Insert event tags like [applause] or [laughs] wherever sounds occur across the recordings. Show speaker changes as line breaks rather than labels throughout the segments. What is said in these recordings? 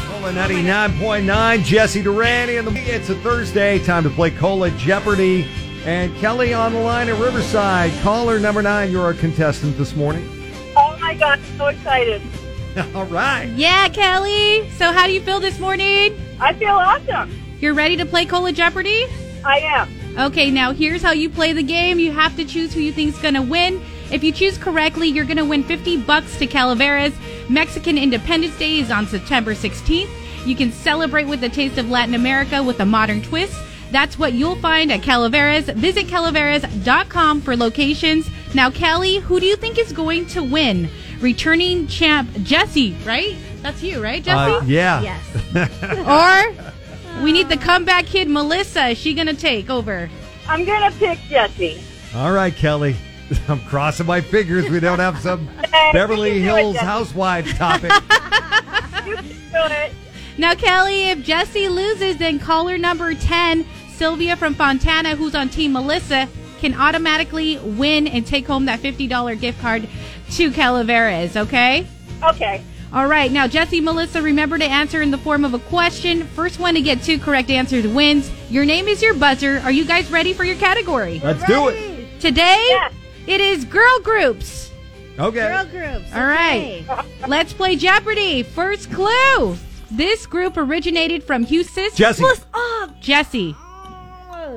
Cola 99.9. Jesse Durante and the It's a Thursday. Time to play Cola Jeopardy. And Kelly on the line at Riverside. Caller number nine, you're our contestant this morning. [laughs]
Oh my god, I'm so excited.
All right.
Yeah, Kelly. So, how do you feel this morning?
I feel awesome.
You're ready to play Cola Jeopardy?
I am.
Okay, now here's how you play the game. You have to choose who you think's going to win. If you choose correctly, you're going to win 50 bucks to Calaveras. Mexican Independence Day is on September 16th. You can celebrate with the taste of Latin America with a modern twist. That's what you'll find at Calaveras. Visit calaveras.com for locations. Now, Kelly, who do you think is going to win? Returning champ Jesse, right? That's you, right, Jesse?
Uh, yeah.
Or we need the comeback kid, Melissa. Is she going to take over?
I'm gonna pick Jesse.
All right, Kelly. [laughs] I'm crossing my fingers we don't have
[laughs]
some Beverly
You can do it,
Hills
Jesse. [laughs]
housewives topic.
You can do it.
Now, Kelly, if Jesse loses, then caller number 10, Sylvia from Fontana, who's on Team Melissa, can automatically win and take home that $50 gift card to Calaveras, okay?
Okay.
All right, now Jesse, Melissa, remember to answer in the form of a question. First one to get two correct answers wins. Your name is your buzzer. Are you guys ready for your category?
Let's do it.
Today,
Yes.
it is girl groups.
Okay.
Girl groups.
All right. Let's play Jeopardy. First clue. This group originated from Houston.
Jesse.
Oh,
Jesse.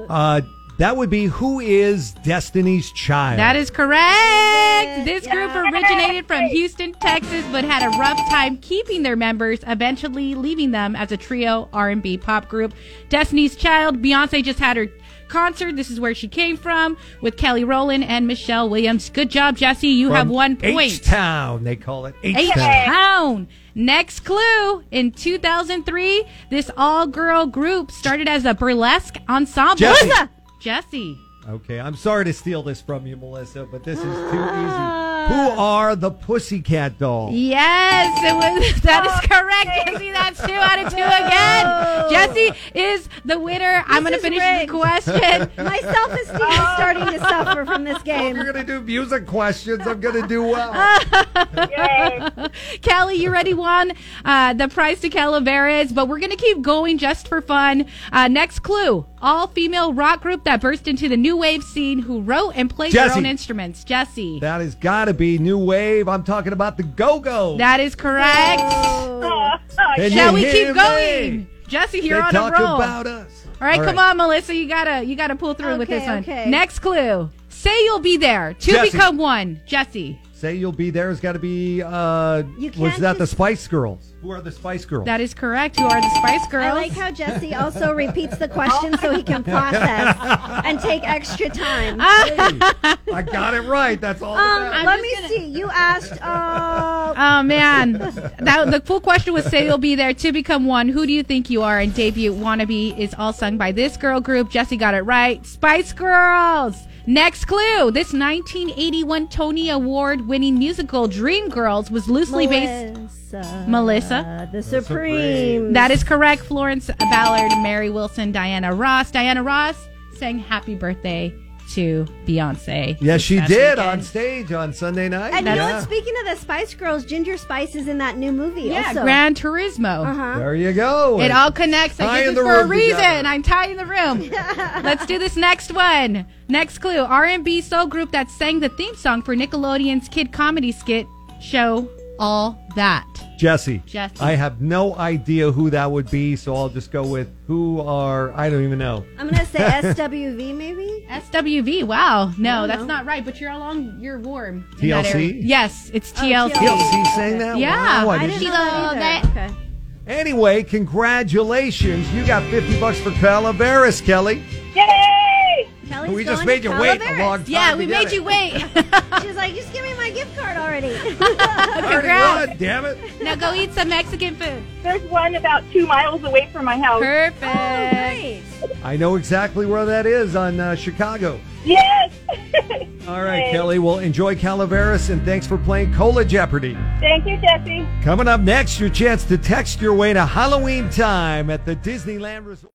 Uh, that would be Who is Destiny's Child?
That is correct. This group
Yeah.
originated from Houston, Texas, but had a rough time keeping their members, eventually leaving them as a trio R&B pop group. Destiny's Child, Beyonce just had her concert. This is where she came from with Kelly Rowland and Michelle Williams. Good job, Jesse. You have one point.
H-Town, they call it.
H
H-Town.
Town. Next clue. In 2003, this all girl group started as a burlesque ensemble.
Jesse.
Melissa! Jesse.
Okay, I'm sorry to steal this from you, Melissa, but this is too easy.
Ah.
Who are the Pussycat Dolls?
Yes, it was. [laughs] That is correct, Jesse. That's two out of two again. Jesse is the winner. I'm going to
is
finish
rigged.
the question.
My self esteem is starting to suffer from this game.
You're going to do music questions. I'm going to do well.
Yay. [laughs]
Kelly, you already won uh, the prize to Calaveras, but we're going to keep going just for fun. Uh, next clue all female rock group that burst into the new wave scene who wrote and played their
Jessie.
own instruments. Jesse.
that has got to be New Wave. I'm talking about the Go-Go.
that is correct.
Oh.
Can
Shall
you
we
hear
keep
me?
going? Jesse, you're
they
on a roll.
talk about us.
All right, come on, Melissa. You gotta you gotta pull through with
Okay,
this one.
okay.
Next clue. Say you'll be there. Two
Jesse.
become one. Jesse.
Say You'll Be There has got to be, uh,
You
was
can't
that the
just-
Spice Girls? Who are the Spice Girls?
That is correct. You are the Spice Girls.
I like how Jesse also repeats the question so he can process and take extra time.
I got it right. That's all
Um,
about.
let me see. You asked. Uh,
Oh man, that the full question was say you'll be there to become one. Who do you think you are? And debut wannabe is all sung by this girl group. Jesse got it right. Spice Girls. Next clue: This 1981 Tony Award-winning musical Dreamgirls was loosely based.
Melissa,
Melissa.
the
Supremes.
Supreme.
That is correct. Florence Ballard, Mary Wilson, Diana Ross. Diana Ross sang Happy Birthday to Beyonce.
Yes, she
Last
did
weekend.
on stage on Sunday night.
and you know
Yeah.
what? Speaking of the Spice Girls, Ginger Spice is in that new movie.
Yeah,
also.
Gran Turismo.
Uh-huh.
There you go.
It all connects. I
Tie in
did
the
this for a
room
reason.
together.
I'm tying
[laughs]
the room. Let's do this next one. Next clue: R&B soul group that sang the theme song for Nickelodeon's kid comedy skit show All That.
Jesse.
Jesse.
I have no idea who that would be, so I'll just go with who are I don't even know.
I'm gonna say SWV maybe.
SWV. Wow.
Oh,
No,
don't
that's
know.
not right. But you're along. You're warm. in that
TLC?
area. Yes, it's
Oh,
TLC.
TLC sang that.
Yeah.
Wow, I
[laughs] I
didn't-
didn't
She's
know that
all
either.
that-
Okay.
Anyway, congratulations! You got fifty bucks for Calaveras, Kelly.
Yay.
Kelly's
we just
going
made you
to
wait a
Calaveras.
long time.
Yeah,
to
we
get
made
it.
you wait.
[laughs]
She's like, just give me my gift card already. [laughs]
Already
Congrats.
won, damn it!
now go eat some Mexican food.
There's one about two miles away from my house.
Perfect.
Great.
I know exactly where that is on uh, Chicago.
Yes. [laughs]
All right,
Thanks.
Kelly. Well, enjoy Calaveras, and thanks for playing Cola Jeopardy.
Thank you, Jesse.
Coming up next, your chance to text your way to Halloween time at the Disneyland Resort.